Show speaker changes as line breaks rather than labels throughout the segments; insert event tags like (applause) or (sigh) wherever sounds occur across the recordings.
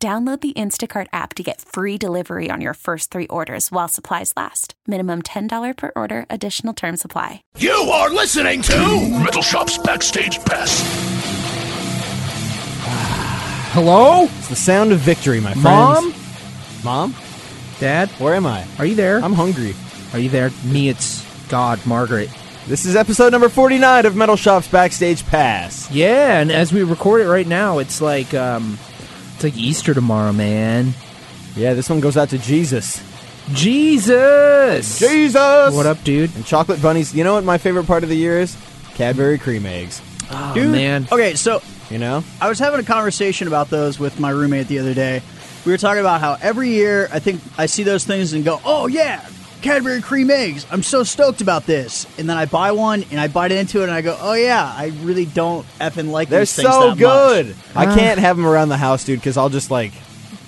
Download the Instacart app to get free delivery on your first three orders while supplies last. Minimum $10 per order, additional term supply.
You are listening to Metal Shop's Backstage Pass.
Hello?
It's the sound of victory, my friends.
Mom?
Mom?
Dad?
Where am I?
Are you there?
I'm hungry.
Are you there? Me, it's God, Margaret.
This is episode number 49 of Metal Shop's Backstage Pass.
Yeah, and as we record it right now, it's like um it's like Easter tomorrow, man.
Yeah, this one goes out to Jesus.
Jesus.
Jesus!
What up, dude?
And chocolate bunnies. You know what my favorite part of the year is? Cadbury cream eggs.
Oh,
Dude.
man.
Okay, so
You know?
I was having a conversation about those with my roommate the other day. We were talking about how every year I think I see those things and go, "Oh yeah, Cadbury cream eggs. I'm so stoked about this." And then I buy one and I bite into it and I go, "Oh yeah, I really don't effing like
They're
these things
so
that much."
good! I
Ah.
can't have them around the house, dude, because I'll just, like,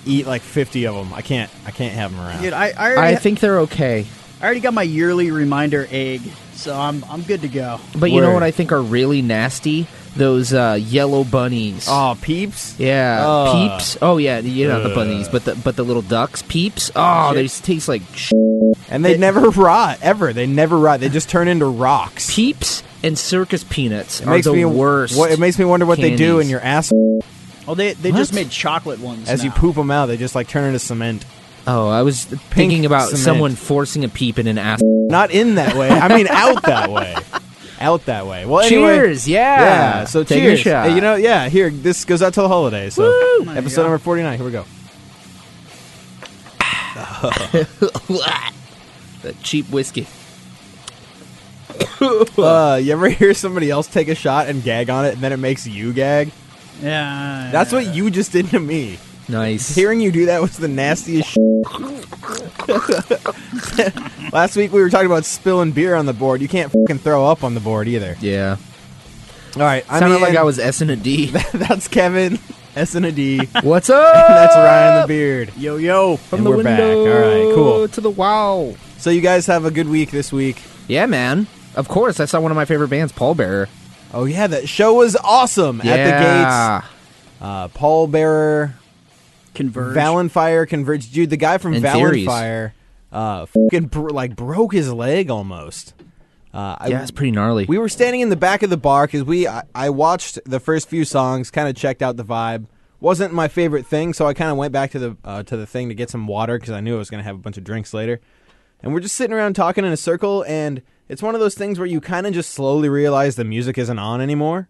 eat, like, 50 of them. I can't, I can't have them around.
Dude, I, I, already,
I think they're okay.
I already got my yearly reminder egg, so I'm I'm good to go.
But you know
Word.
what I think are really nasty? Those uh, yellow bunnies.
Oh, peeps?
Yeah,
Uh.
peeps. Oh yeah, you know not the bunnies, but the but the little ducks, peeps. Oh, they just taste like sh-
And they never rot, ever. They never rot. They just turn into rocks.
peeps and circus peanuts
It
are
makes
the
me
worst.
What, it makes me wonder what they do in
candies.
your ass
Oh, they they just
What?
made chocolate ones
as you
now.
poop them out. They just like turn into cement.
oh, I was thinking about
cement.
someone forcing a peep in an ass.
Not in that way. I mean, out that way. Out that way. Well, anyway,
Cheers, yeah.
Yeah. So
Take a
cheers.
shot.
Hey, you know, yeah. Here, this goes out to the holidays. So
There you
episode
go.
number forty-nine. Here we go.
the cheap whiskey.
Uh, you ever hear somebody else take a shot and gag on it, and then it makes you gag?
Yeah,
That's what you just did to me.
Nice.
Hearing you do that was the nastiest. (laughs) Shit. Last week we were talking about spilling beer on the board. You can't fucking throw up on the board either.
Yeah.
All right, I
Sounded
mean,
like I was S and a D.
(laughs) That's Kevin S and a
(laughs)
D.
What's up?
That's Ryan the Beard.
Yo yo.
(laughs)
From
And
the
we're back.
window
All right, cool.
To the wow.
So you guys have a good week this week.
Yeah, man. Of course, I saw one of my favorite bands, Paul Bearer.
Oh yeah, that show was awesome at the gates.
yeah.
Uh, Paul Bearer,
Converge.
Valenfire converged. Dude, the guy from
And Theories.
Valenfire, uh, fucking bro- like broke his leg almost. Uh, I-
Yeah, it's pretty gnarly.
We were standing in the back of the bar because we I, I watched the first few songs, kind of checked out the vibe. wasn't my favorite thing, so I kind of went back to the uh, to the thing to get some water because I knew I was going to have a bunch of drinks later. And we're just sitting around talking in a circle, and it's one of those things where you kind of just slowly realize the music isn't on anymore,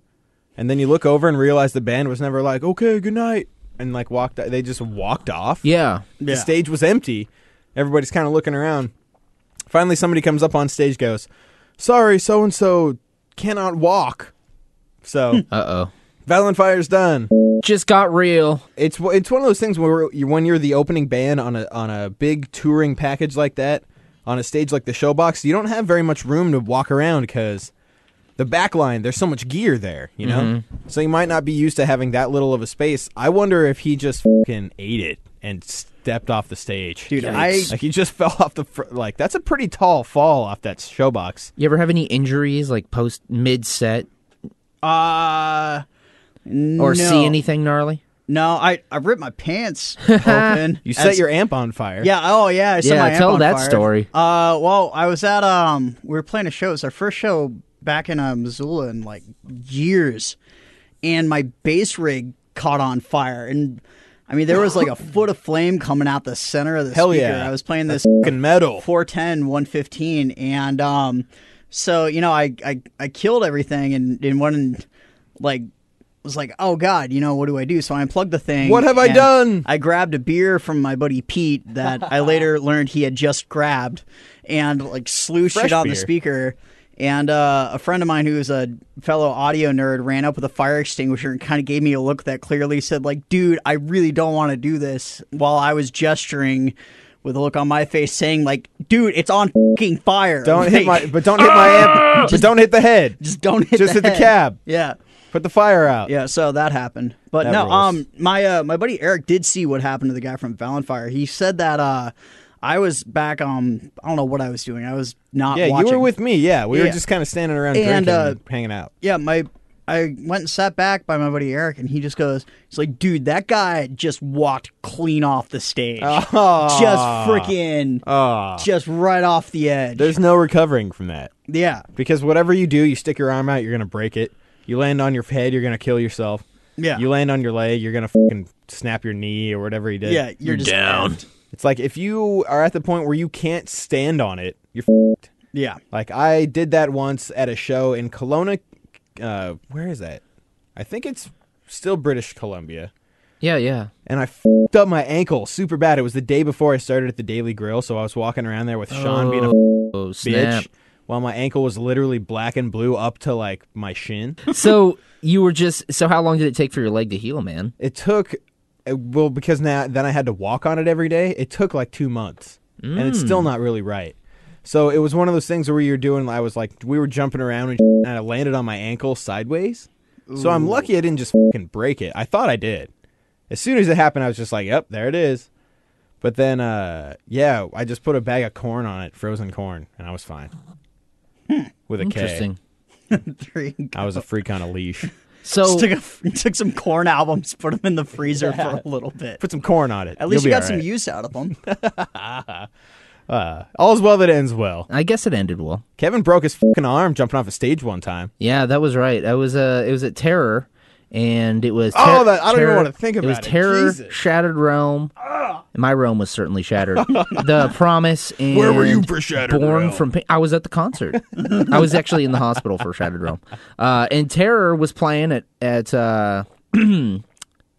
and then you look over and realize the band was never like, okay, good night, and like walked. They just walked off
yeah.
the
Yeah.
stage was empty. Everybody's kind of looking around. Finally, somebody comes up on stage, goes, "Sorry, so and so cannot walk." So
Uh oh.
Valenfire's done.
Just got real.
It's it's one of those things where you- when you're the opening band on a on a big touring package like that, on a stage like the Showbox, you don't have very much room to walk around because the back line there's so much gear there, you know. So you might not be used to having that little of a space. I wonder if he just fucking ate it and stepped off the stage.
Dude, I-
like he just (laughs) fell off the fr- like that's a pretty tall fall off that Showbox.
You ever have any injuries like post mid set
Uh,
or E
no.
see anything gnarly?
No, I I ripped
(laughs)
my pants open.
You set
As-
your amp on fire.
yeah. Oh yeah. I set
Yeah,
my amp
tell
on
that
fire.
story.
Uh, well, I was at um, we were playing a show. It was our first show back in uh, Missoula in like years, and my bass rig caught on fire. And I mean, there was like a foot of flame coming out the center of the
Hell
speaker.
yeah.
I was playing this
fucking metal.
410 115 and um so you know i i, I killed everything and and one like was like oh god you know what do i do so i unplugged the thing
What have I
and
done?
i grabbed a beer from my buddy pete
(laughs)
that i later learned he had just grabbed and like slew
Fresh
shit on
beer.
the speaker And uh, a friend of mine who is a fellow audio nerd ran up with a fire extinguisher and kind of gave me a look that clearly said, like, dude, I really don't want to do this. While I was gesturing with a look on my face saying, like, dude, it's on fucking fire.
Don't hit
Like,
my, but don't hit my amp, but don't hit the head.
(laughs) Just don't hit
Just
the
hit the
head.
cab.
Yeah.
Put the fire out.
Yeah, so that happened. But
That
no,
rules.
um my uh my buddy Eric did see what happened to the guy from Valenfire. He said that uh I was back um I don't know what I was doing. I was not
Yeah,
watching.
you were with me. Yeah, we
Yeah.
were just kind of standing around
And,
drinking,
uh,
and hanging out.
Yeah, my I went and sat back by my buddy Eric and he just goes, It's like, dude, that guy just walked clean off the stage.
Ah.
Just freaking just right off the edge.
There's no recovering from that
yeah.
because whatever you do, you stick your arm out, you're gonna break it. You land on your head, you're gonna kill yourself.
Yeah.
You land on your leg, you're gonna fucking snap your knee or whatever he did. Mm.
yeah, you're, just
down.
effed.
It's like if you are at the point where you can't stand on it, you're fucked.
Yeah. (laughs)
Like I did that once at a show in Kelowna. Uh, where is that? I think it's still British Columbia.
Yeah, yeah.
And I fucked up my ankle super bad. It was the day before I started at the Daily Grill, so I was walking around there with Sean being a
Oh,
bitch
snap.
while my ankle was literally black and blue up to like my shin.
so you were just so how long did it take for your leg to heal, man?
It took uh, well because now then I had to walk on it every day. It took like 2 months. And it's
Mm.
still not really right. So it was one of those things where you're doing I was like we were jumping around and, and I landed on my ankle sideways. So I'm lucky I didn't just fucking break it. I thought I did. As soon as it happened I was just like, "Yep, there it is." But then uh yeah, I just put a bag of corn on it, frozen corn, and I was fine. With a K.
Interesting.
Three
I was a freak on a
(laughs)
leash.
So
Just took, a, took some corn albums, put them in the freezer for a little bit.
Put some corn on it.
At least
You'll
you
be
got
all
some
right.
use out of
(laughs)
them.
All's well that ends well.
I guess it ended well.
Kevin broke his fucking arm jumping off a stage one time.
Yeah, that was right. I was uh it was at Terror and it was ter-
Oh, that- I don't even
Terror-
wanna think
It was
about it.
Terror,
Jesus. Ah.
Shattered Realm. My realm was
(laughs)
certainly shattered. the Promise and
Where were you for Shattered
Born
Realm?
from Pain. I was at the concert. I was actually in the hospital for Shattered Realm. Uh, and Terror was playing at at uh, (clears throat)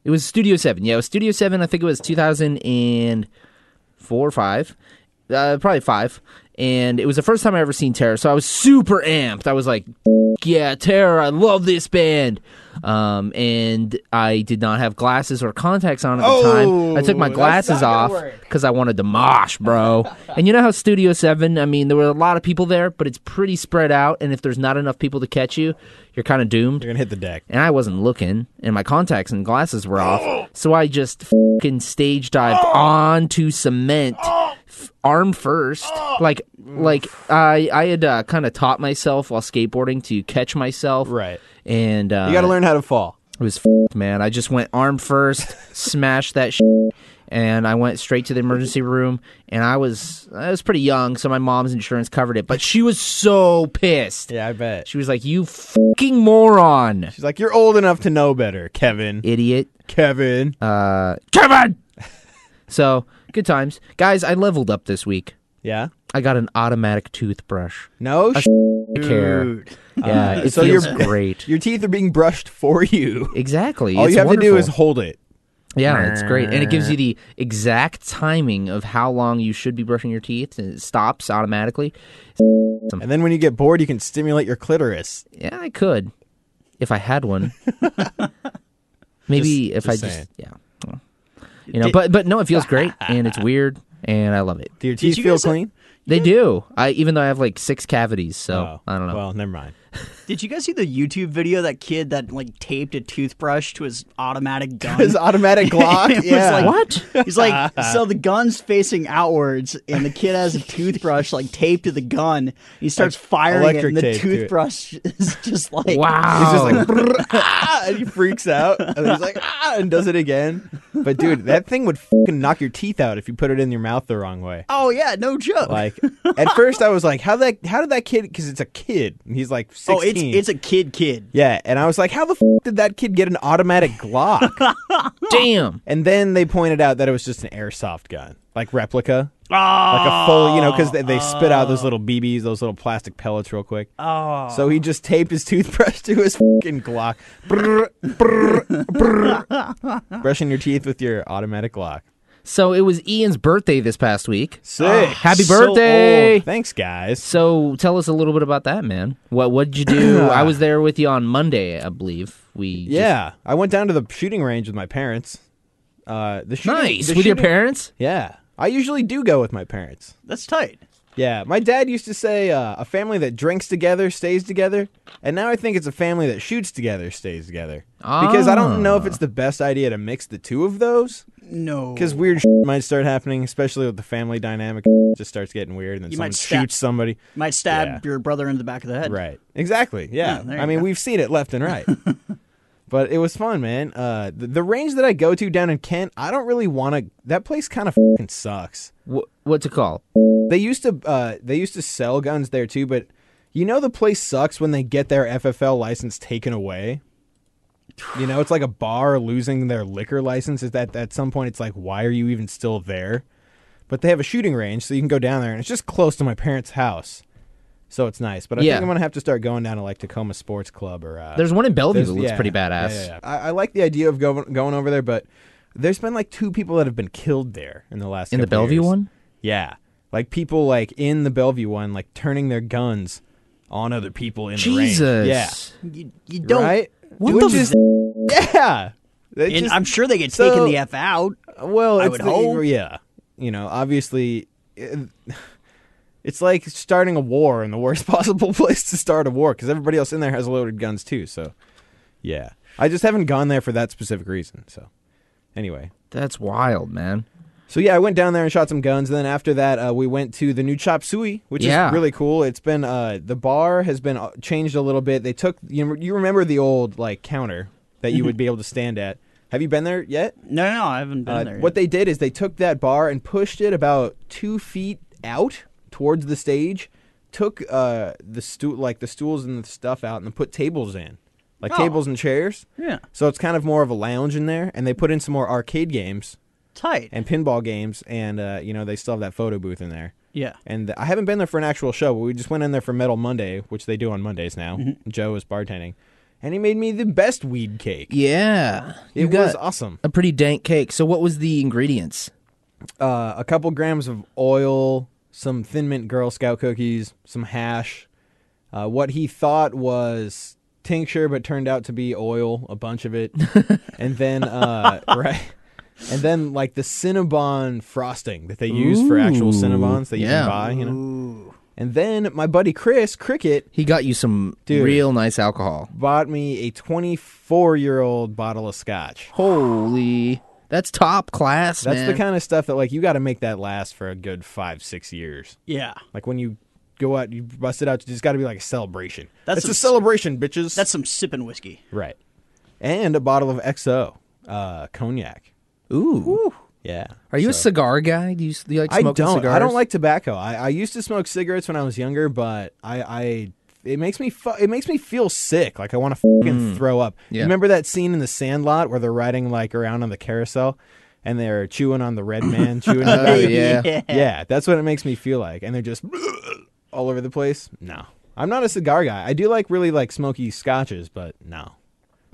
it was Studio Seven. Yeah, it was Studio Seven. I think it was two thousand and four or five, uh, probably five. And it was the first time I ever seen Terror, so I was super amped. I was like, "Yeah, Terror! I love this band." Um, and I did not have glasses or contacts on at the time. I took my glasses off because I wanted to mosh, bro. and you know how Studio Seven? I mean, there were a lot of people there, but it's pretty spread out. And if there's not enough people to catch you, you're kind of doomed
You're gonna hit the deck.
and I wasn't looking, and my contacts and glasses were off, so I just fucking stage dived onto cement, f- arm first. Like, like I I had uh, kind of taught myself while skateboarding to catch myself,
Right.
And uh,
You got to learn how to fall.
It was fucked, man. I just went
(laughs)
arm first, smashed that shit, and I went straight to the emergency room. And I was I was pretty young, so my mom's insurance covered it, but she was so pissed.
Yeah, I bet.
She was like, "You fucking moron."
She's like, "You're old enough to know better, Kevin."
Idiot.
Kevin.
uh, Kevin. (laughs) so good times, guys. I leveled up this week.
yeah.
I got an automatic toothbrush.
No. sh-
I care. Yeah, it
Uh, so
feels
you're- (laughs)
great.
your teeth are being brushed for you.
Exactly.
All
it's
you have to do is
wonderful.
hold it. (laughs)
yeah, it's great, and it gives you the exact timing of how long you should be brushing your teeth, and it stops automatically.
And then when you get bored, you can stimulate your clitoris.
Yeah, I could if I
(laughs)
had one. Maybe if
just
I just
saying.
yeah, Well, you know. But but no, it feels great, and it's weird, and I love it.
Do your teeth
you
feel
guys-
clean?
They do. I even though I have like six cavities, so Oh, I don't know.
Oh. Well, never mind.
Did you guys see the YouTube video of that kid that like taped a toothbrush to his automatic gun? (laughs)
His automatic Glock.
It was
yeah.
like-
what?
He's (laughs) like, so the gun's facing outwards, and the kid (laughs) has a toothbrush like taped to the gun. He starts firing
electric
it, and the
tape to it.
toothbrush (laughs) is just like,
Wow.
He's just like, (laughs) "Brr, ah, and he freaks out. And he's like, ah, and does it again. But dude, that thing would fucking knock your teeth out if you put it in your mouth the wrong way.
Oh yeah, no joke.
Like, at first I was like, how that, how did that kid? Because it's a kid, and he's like sixteen.
oh, it's it's a kid, kid.
yeah. And I was like, how the f- did that kid get an automatic Glock?
damn.
and then they pointed out that it was just an airsoft gun, like replica, like a full, you know, because they, they spit out those little BBs, those little plastic pellets, real quick. Oh. So he just taped his toothbrush to his fucking Glock. Brr, brr, brr. Brushing your teeth with your automatic Glock.
(laughs) So it was Ian's birthday this past week.
Sick.
(gasps) Happy
So
birthday.
old. Thanks, guys.
So tell us a little bit about that, man. What what did
(clears throat)
you do? I was there with you on Monday, I believe. We just-
Yeah, I went down to the shooting range with my parents. Uh, the shooting,
nice
the
with your
shooting-
parents.
Yeah, I usually do go with my parents.
That's tight.
Yeah, my dad used to say uh, a family that drinks together stays together, and now I think it's a family that shoots together stays together. Because I don't know if
Ah.
it's the best idea to mix the two of those,
No.
because weird shit might start happening, especially with the family dynamic. It just starts getting weird, and then
You
someone
might stab-
shoots somebody.
might stab
Yeah.
your brother into the back of the head.
Right. Exactly. Yeah.
Yeah, there
I
you
mean,
go.
we've seen it left and
(laughs)
right. but it was fun, man. Uh, the, the range that I go to down in Kent, I don't really want to. That place kind of fucking sucks.
Wh- what's it called?
They used to uh, they used to sell guns there too, but you know the place sucks when they get their FFL license taken away. You know, it's like a bar losing their liquor license. Is that at some point it's like, why are you even still there? But they have a shooting range, so you can go down there, and it's just close to my parents' house, so it's nice. But I
Yeah.
think I'm gonna have to start going down to like Tacoma Sports Club or uh,
There's one in Bellevue
there's-
that looks
yeah,
pretty
yeah,
badass.
yeah, yeah. I, I like the idea of going going over there, but there's been like two people that have been killed there in the last
In the
couple
Bellevue
years.
one?
Yeah, like people like in the Bellevue one, like turning their guns on other people in the
Jesus.
range. Yeah,
You, you don't.
right.
What
Which
the
is- (laughs) yeah. They
And
just-
I'm sure they get
so-
taken the f out.
(laughs) well,
I
it's
would
the-
hope.
Yeah, you know, obviously, it- (laughs) it's like starting a war in the worst (laughs) possible place to start a war because everybody else in there has loaded guns too. So, yeah, I just haven't gone there for that specific reason. So, anyway,
That's wild, man.
so yeah, I went down there and shot some guns. And then after that, uh, we went to the new Chop Suey, which
Yeah.
is really cool. It's been uh, the bar has been uh, changed a little bit. They took you, you remember the old like counter that you would
(laughs)
be able to stand at. Have you been there yet?
No, no, no, I haven't been
Uh,
there.
What
yet.
they did is they took that bar and pushed it about two feet out towards the stage, took uh, the stool like the stools and the stuff out, and then put tables in, like
Oh.
tables and chairs.
Yeah.
So it's kind of more of a lounge in there, and they put in some more arcade games
tight.
and pinball games, and uh, you know they still have that photo booth in there.
yeah.
And I haven't been there for an actual show, but we just went in there for Metal Monday, which they do on Mondays now. Joe is bartending, and he made me the best weed cake.
Yeah.
It
you got
was awesome.
a pretty dank cake. So what was the ingredients?
uh, a couple grams of oil, some Thin Mint Girl Scout cookies, some hash, uh, what he thought was tincture, but turned out to be oil, a bunch of
(laughs)
it, and then uh, right, and then like the Cinnabon frosting that they use for actual
Ooh,
Cinnabons that you
yeah.
can buy, you know. And then my buddy Chris Cricket
He got you some
Dude.
real nice alcohol.
bought me a 24 year old bottle of scotch.
Holy. That's top class,
That's
man.
the kind of stuff that like you got to make that last for a good five six years.
Yeah.
Like when you go out, you bust it out. It's got to be like a celebration.
That's
it's a
some-
celebration, bitches.
That's some sipping whiskey.
right. And a bottle of XO uh, cognac.
Ooh.
Yeah.
Are you a
So-
cigar guy? Do you, do you like
I
smoking
don't.
cigars?
I don't like tobacco. I, I used to smoke cigarettes when I was younger, but I, I it makes me fu- it makes me feel sick. Like I want to fucking throw up. You
Yeah.
remember that scene in The Sandlot where they're riding like around on the carousel, and they're chewing on the red man, (laughs) chewing. on
Oh
the
yeah.
yeah, that's what it makes me feel like. And they're just all over the place. No. I'm not a cigar guy. I do like really like smoky scotches, but no.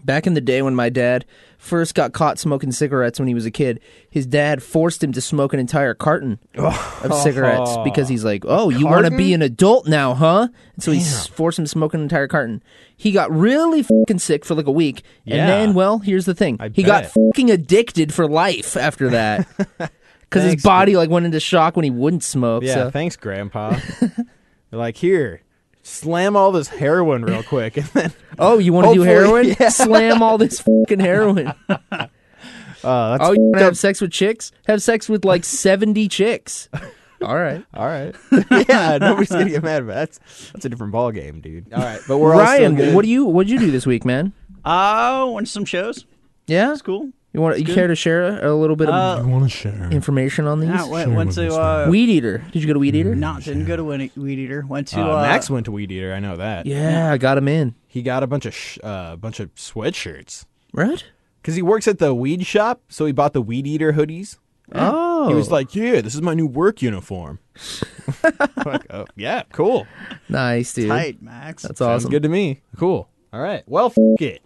Back in the day when my dad first got caught smoking cigarettes when he was a kid, his dad forced him to smoke an entire
(laughs)
carton of cigarettes because he's like, "Oh, you want to be an adult now, huh?" And so he s- forced him to smoke an entire carton. He got really fucking sick for like a week,
Yeah.
and then, well, here's the thing:
I
he
bet.
got fucking addicted for life
(laughs)
after that because
Thanks,
his body like went into shock when he wouldn't smoke.
Yeah,
so.
thanks, Grandpa. (laughs) They're like, here, slam all this heroin real quick. And then,
oh, you want to do
Hopefully-
heroin? Slam all this fucking heroin.
uh, that's
Oh, you want to have sex with chicks? Have sex with like 70 chicks. All right.
all right. (laughs) yeah, nobody's gonna get mad, but that's that's a different ball game, dude. All right, but we're all
Ryan, what do you what would you do this week, man?
Uh, went to some shows.
Yeah?
It's cool.
You want you care to share a, a little bit of
Uh,
want to share?
information on these?
Yeah, went, went to uh,
Weed Eater. Did you go to Weed Eater?
not didn't go to Weed Weed Eater. Went to
Uh,
uh,
Max went to Weed Eater. I know that.
Yeah, I got him in.
He got a bunch of sh- uh, bunch of sweatshirts
Right?
because he works at the weed shop, so he bought the Weed Eater hoodies.
Oh.
He was like, "Yeah, this is my new work
(laughs)
uniform." Like, oh, yeah, cool.
nice, dude.
Tight, Max.
That's
Sounds
awesome.
good to me. Cool. All right. Well, f- it.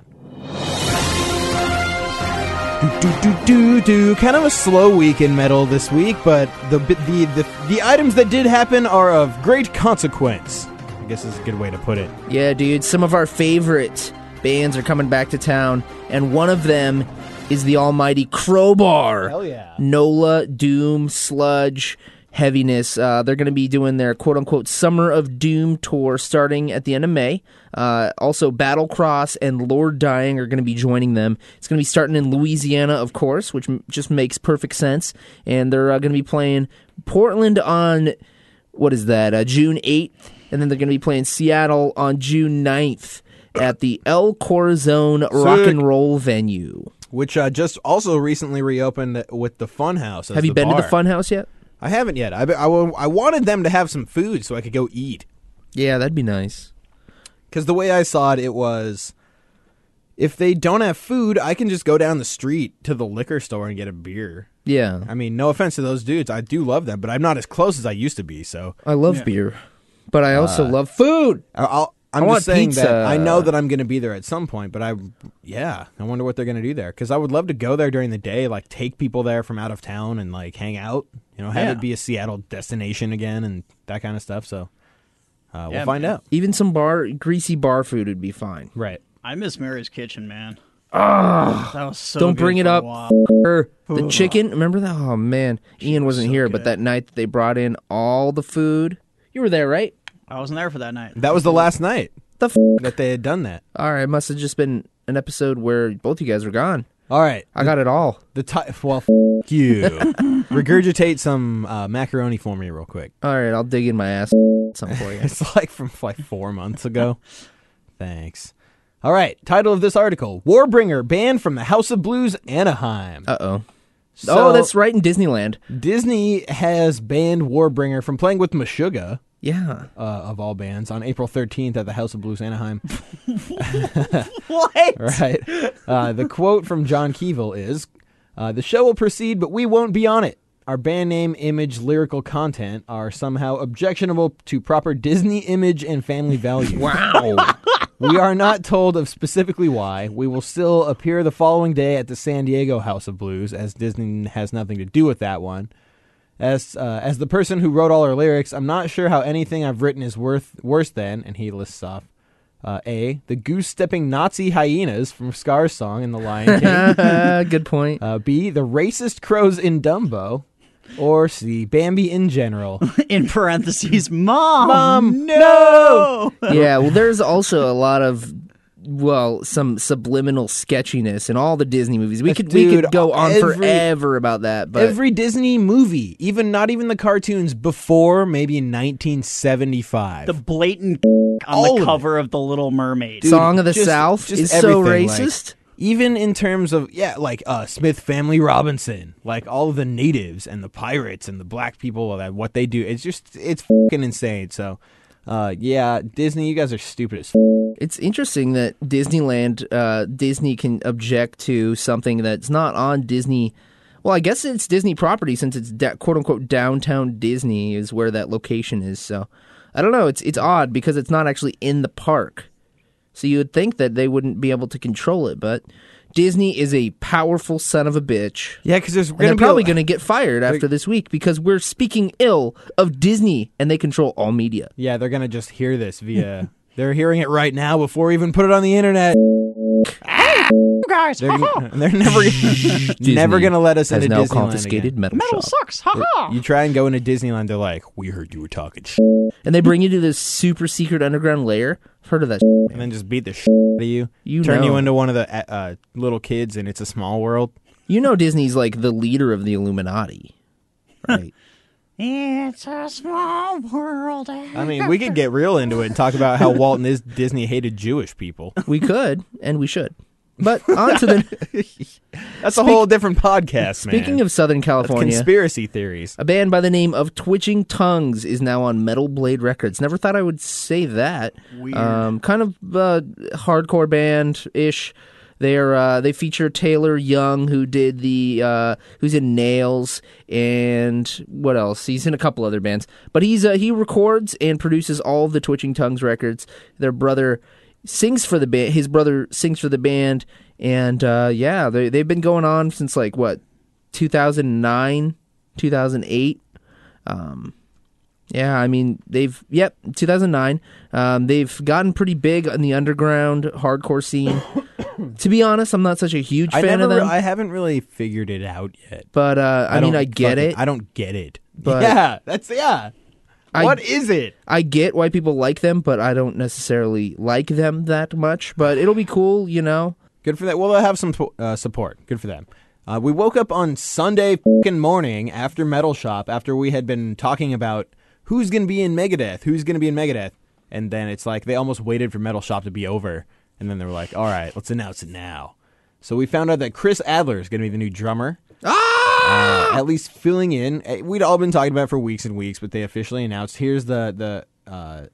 Do do do do. Kind of a slow week in metal this week, but the bi- the the, the items that did happen are of great consequence. I guess is a good way to put it.
Yeah, dude, some of our favorite bands are coming back to town, and one of them is the almighty Crowbar. Hell
yeah.
Nola, Doom, Sludge, Heaviness. Uh, they're going to be doing their quote unquote Summer of Doom tour starting at the end of May. Uh, also, Battle Cross and Lord Dying are going to be joining them. It's going to be starting in Louisiana, of course, which m- just makes perfect sense. And they're uh, going to be playing Portland on what is that, uh, June 8th. And then they're going to be playing Seattle on June 9th at the El Corazon Rock and Roll venue.
Which uh, just also recently reopened with the Funhouse. as
Have you
the
been to the
bar.
Funhouse yet?
I haven't yet. I, be- I, wa- I wanted them to have some food so I could go eat.
Yeah, that'd be nice.
Because the way I saw it, it was if they don't have food, I can just go down the street to the liquor store and get a beer.
Yeah,
I mean, no offense to those dudes. I do love them, but I'm not as close as I used to be. So
I love beer, but I also love food.
I- I'll, I'm
I want
just saying
pizza.
that I know that I'm going to be there at some point, but I, yeah, I wonder what they're going to do there. Because I would love to go there during the day, like take people there from out of town and like hang out, you know, have
Yeah.
it be a Seattle destination again and that kind of stuff. So uh, we'll
Yeah,
find
man.
out.
Even some bar greasy bar food would be fine.
Right.
I miss Mary's Kitchen, man. that was so.
Don't
good
bring it
for a
up.
while.
f***er. Er, The chicken, remember that? Oh man, Ian wasn't here, but that night that they brought in all the food. You were there, right?
I wasn't there for that night. (laughs)
That was the last night
The f-
that they had done that.
all right, must have just been an episode where both you guys were gone.
All right.
I got it all.
The ti well, f- you.
(laughs)
Regurgitate some uh, macaroni for me real quick. (laughs)
All right, I'll dig in my ass at some point.
It's like from like four months ago. Thanks. All right. Title of this article: Warbringer banned from the House of Blues, Anaheim.
Uh oh.
So,
oh, that's right in Disneyland.
Disney has banned Warbringer from playing with Meshuggah.
Yeah. (laughs)
Uh, of all bands, on April 13th at the House of Blues Anaheim.
What?
(laughs) Right. Uh, the quote from John Keevil is uh, The show will proceed, but we won't be on it. Our band name, image, lyrical content are somehow objectionable to proper Disney image and family values.
Wow.
(laughs) we are not told of specifically why. We will still appear the following day at the San Diego House of Blues, as Disney has nothing to do with that one. As uh, as the person who wrote all our lyrics, I'm not sure how anything I've written is worth worse than. And he lists off uh, a the goose stepping Nazi hyenas from Scar's song and the Lion
(laughs)
King.
Good point.
uh, B the racist crows in Dumbo, or C Bambi in
(laughs)
general. Um,
In parentheses, (laughs) mom. Mom, no.
yeah. Well, there's also a lot of. Well, some subliminal sketchiness in all the Disney movies. We could we
Dude,
could go on
every-
forever about that, but
Every Disney movie, even not even the cartoons, before maybe 1975.
The blatant
All
(laughs) on
of
the
it.
cover of the Little Mermaid.
Song of the
Just-
South
just
is so
everything, like,
racist.
even in terms of yeah, like uh, Smith Family Robinson, like all of the natives and the pirates and the black people that what they do, it's just it's fucking insane. So, uh, yeah, Disney, you guys are stupid as. F-
It's interesting that Disneyland, uh, Disney can object to something that's not on Disney. Well, I guess it's Disney property since it's da- quote unquote downtown Disney is where that location is. So I don't know. It's it's odd because it's not actually in the park. So you would think that they wouldn't be able to control it, but Disney is a powerful son of a bitch.
yeah, because there's
And
gonna
they're
be
probably
a-
going to get fired after this week because we're speaking ill of Disney and they control all media.
yeah, they're gonna just hear this via. (laughs) they're hearing it right now before we even put it on the internet.
guys,
They're, (laughs) they're never never gonna let us
has
into
now
Disneyland
confiscated
again.
metal, shop.
sucks. Ha ha.
You try and go into Disneyland, they're like, "We heard you were talking." Sh-.
and they bring you to this super secret underground layer. I've heard of that. shit.
and then just beat the shit out of you.
You
turn
know.
you into one of the uh, uh, little kids, and it's a small world.
You know, Disney's like the leader of the Illuminati, right?
It's a small world.
I mean, we could get real into it and talk about how Walt and his (laughs) Disney hated Jewish people.
we could and we should. But on to the
That's a whole different podcast.
speaking of Southern California,
conspiracy theories,
a band by the name of Twitching Tongues is now on Metal Blade Records. Never thought I would say that. Weird. Um, kind of uh, hardcore band ish. They're uh, they feature Taylor Young, who did the uh, who's in Nails and what else? He's in a couple other bands, but he's uh, he records and produces all of the Twitching Tongues records. Their brother sings for the band. His brother sings for the band, And uh, yeah, they they've been going on since like what 2009, 2008. Um, Yeah, I mean they've yep 2009. Um, they've gotten pretty big in the underground hardcore scene. (coughs) to be honest, I'm not such a huge
I
fan
never,
of
re-
them,
I haven't really figured it out yet.
but uh, I, mean
don't
I get
fucking-
it.
I don't get it.
But-
yeah, that's yeah.
I-
what is it?
I get why people like them, but I don't necessarily like them that much. But it'll be cool, you know.
Good for that. Well, they'll have some po- uh, support. Good for them. Uh, we woke up on Sunday fing morning after Metal Shop, after we had been talking about who's going to be in Megadeth, who's going to be in Megadeth. And then it's like they almost waited for Metal Shop to be over. And then they were like, all right, let's announce it now. So we found out that Chris Adler is going to be the new drummer. Ah! at least filling in. Uh, We'd all been talking about it for weeks and weeks, but they officially announced here's the, the uh,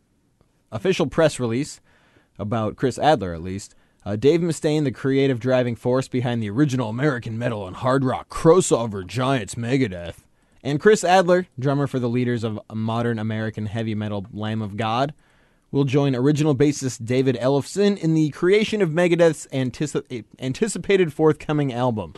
official press release about Chris Adler, at least. Uh, Dave Mustaine, the creative driving force behind the original American metal and hard rock crossover giants Megadeth, and Chris Adler, drummer for the leaders of modern American heavy metal Lamb of God, will join original bassist David Ellefson in the creation of Megadeth's antici- anticipated forthcoming album.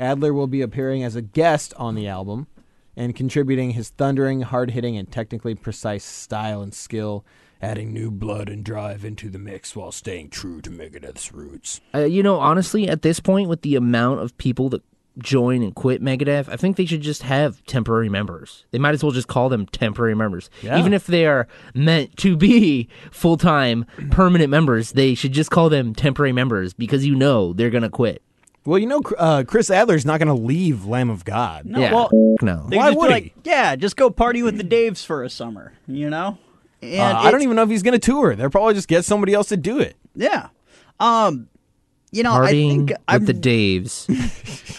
Adler will be appearing as a guest on the album and contributing his thundering, hard hitting, and technically precise style and skill, adding new blood and drive into the mix while staying true to Megadeth's roots.
Uh, you know, honestly, at this point, with the amount of people that join and quit Megadeth, I think they should just have temporary members. They might as well just call them temporary members,
Yeah.
even if they are meant to be (laughs) full time permanent members. They should just call them temporary members because you know they're gonna quit.
Well, you know, uh, Chris Adler's not going to leave Lamb of God.
No,
yeah,
well,
no.
they
Why
just be
would he?
like, yeah, just go party with the Daves for a summer, you know? And
Uh, I
it's-
don't even know if he's going to tour. They'll probably just get somebody else to do it.
Yeah. Um, you know, I
Partying
think
with
I'm,
the Daves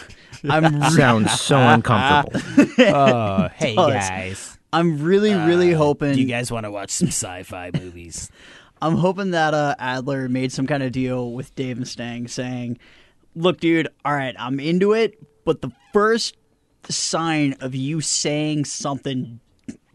(laughs) I'm,
sounds so uncomfortable.
Oh, hey guys,
I'm really, really hoping.
guys want to watch some sci-fi (laughs) movies?
I'm hoping that uh, Adler made some kind of deal with Dave Mustang saying, look, dude, all right, I'm into it, but the first sign of you saying something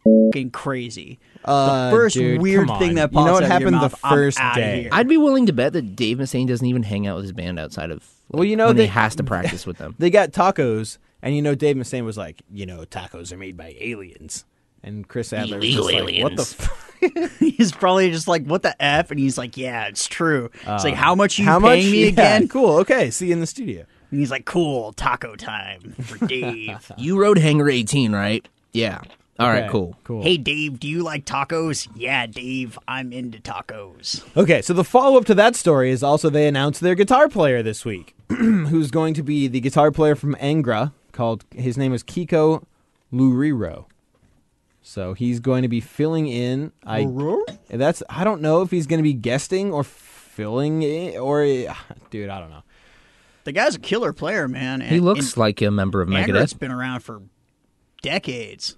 fucking crazy.
Uh,
the first
dude,
weird
come
thing
on.
that
You
pops
know what
out of your
happened the
mouth,
first
I'm outta
day?
Here. (laughs)
I'd be willing to bet that Dave Mustaine doesn't even hang out with his band outside of.
Well, you know,
when
they-
he has to practice with them.
they got tacos, and you know Dave Mustaine was like, you know, tacos are made by aliens, and Chris Adler was
Illegal
just like, what the
aliens.
f-
he's probably just like, what the F? And he's like, yeah, it's true. it's like, how much you
Uh, how
paying
much?
me
(laughs) Yeah,
again?
Cool. Okay, see you in the studio.
And he's like, cool, taco time
(laughs)
for Dave.
You rode Hangar 18, right? Yeah. All right,
Okay,
cool.
Cool.
Hey, Dave, do you like tacos? Yeah, Dave, I'm into tacos.
Okay, so the follow up to that story is also they announced their guitar player this week, (clears throat) who's going to be the guitar player from Angra called his name is Kiko Luriro. So he's going to be filling in. I that's I don't know if he's going to be guesting or filling in or (sighs) dude I don't know.
The guy's a killer player, man. And,
He looks like a member of
has
eh?
Megadeth.
been around for decades.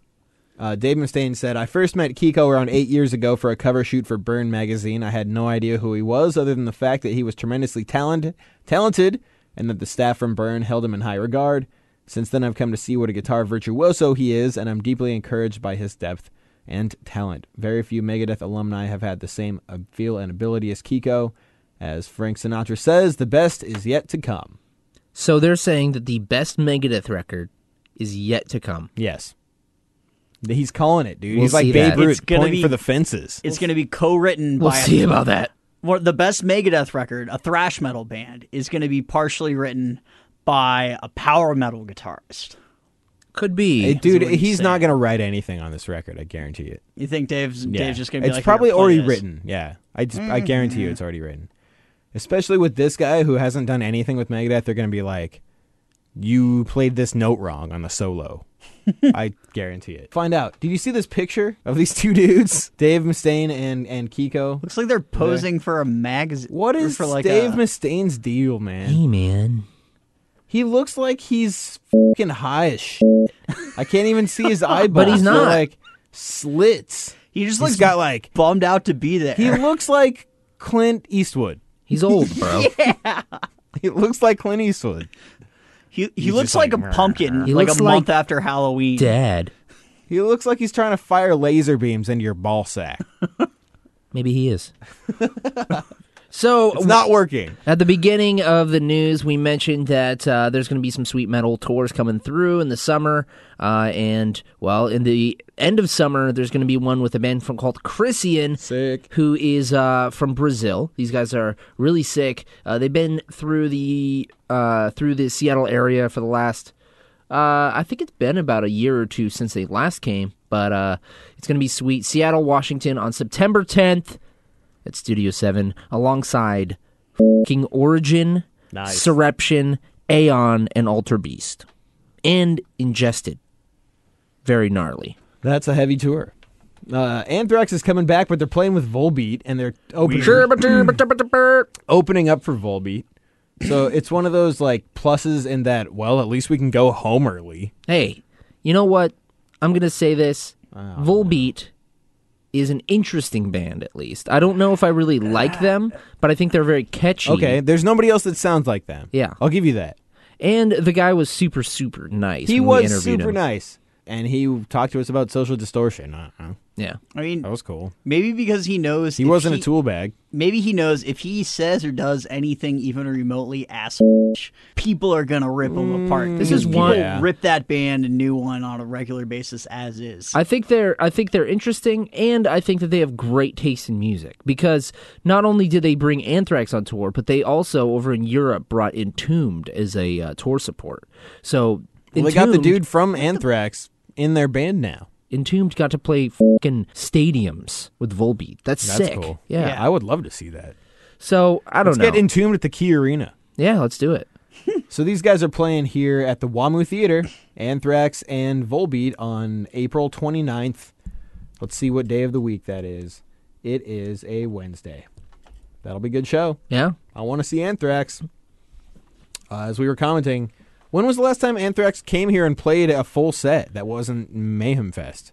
Uh, Dave Mustaine said, I first met Kiko around eight years ago for a cover shoot for Burn magazine. I had no idea who he was, other than the fact that he was tremendously talent- talented and that the staff from Burn held him in high regard. Since then, I've come to see what a guitar virtuoso he is, and I'm deeply encouraged by his depth and talent. Very few Megadeth alumni have had the same uh, feel and ability as Kiko. As Frank Sinatra says, the best is yet to come.
So they're saying that the best Megadeth record is yet to come.
Yes. He's calling it, dude.
We'll
He's like
see
Babe
that.
It's
Ruth
gonna
pointing
be-
for the fences.
It's going to be co-written
We'll
by
see about that.
one of the best Megadeth record, a thrash metal band, is going to be partially written by a power metal guitarist.
Could be.
Hey, dude,
what he's
he's not
saying.
going to write anything on this record. I guarantee it.
You think Dave's
Yeah.
Dave's just going to be
it's
like, "Here,
probably
play
already
this." Mm-hmm.
written. Yeah, I just, I guarantee you, it's already written. Especially with this guy who hasn't done anything with Megadeth, they're going to be like, "You played this note wrong on the
(laughs)
solo." I guarantee it. Find out. Did you see this picture of these two
(laughs)
dudes, Dave Mustaine and and Kiko?
Looks like they're posing for a magazine.
What
or
is
for like
Dave
a-
Mustaine's deal, man?
hey, man.
He looks like he's fucking high as shit. I can't even see
(laughs)
his eyeballs.
But he's
They're
not.
like slits.
He just
He's
looks
got like
bummed out to be there.
He looks like Clint Eastwood. (laughs)
He's old, bro.
He looks like Clint Eastwood.
(laughs) He he
He's
looks
just
like,
like,
a pumpkin,
He
like
looks
a month
like
after Halloween.
Dad.
He looks like he's trying to (laughs) fire laser beams into your ball sack.
Maybe he is. So
It's not working.
At the beginning of the news, we mentioned that uh, there's going to be some sweet metal tours coming through in the summer. Uh, and, well, in the end of summer, there's going to be one with a band from, called Chrisian,
Sick.
who is uh, from Brazil. These guys are really sick. Uh, they've been through the uh, through the Seattle area for the last, uh, I think it's been about a year or two since they last came. But uh, it's going to be sweet. Seattle, Washington on September 10th at Studio 7 alongside King Origin,
Nice.
Surreption, Aeon, and Alter Beast. And Ingested. Very gnarly.
That's a heavy tour. Uh, Anthrax is coming back, but they're playing with Volbeat, and they're opening opening up for Volbeat. So it's one of those like pluses in that. Well, at least we can go home early.
Hey, you know what? I'm going to say this.
Oh,
Volbeat is an interesting band, at least. I don't know if I really like them, but I think they're very catchy.
Okay, there's nobody else that sounds like them.
Yeah.
I'll give you that.
And the guy was super, super nice.
He
when we
was
interviewed
super
him.
nice, and he talked to us about social distortion. Uh-huh.
Yeah.
I mean,
That was cool.
maybe because he knows
He
if
wasn't a tool bag.
Maybe he knows if he says or does anything even remotely asshole, (laughs) people are gonna rip him apart.
This
Because
is
people
one-
Yeah.
rip that band a new one on a regular basis as is.
I think they're I think they're interesting and I think that they have great taste in music because not only did they bring Anthrax on tour but they also over in Europe brought Entombed as a uh, tour support. So
Well, they got the
Entombed-
dude from Anthrax in their band now.
Entombed got to play fucking stadiums with Volbeat. That's,
That's
sick.
cool.
Yeah.
I would love to see that.
So I
Let's
don't know.
get entombed at the Key Arena.
yeah, let's do it.
So these guys are playing here at the WAMU Theater, Anthrax and Volbeat on April 29th. Let's see what day of the week that is. It is a Wednesday. That'll be a good show.
Yeah.
I want to see Anthrax. Uh, as we were commenting, when was the last time Anthrax came here and played a full set that wasn't Mayhem Fest?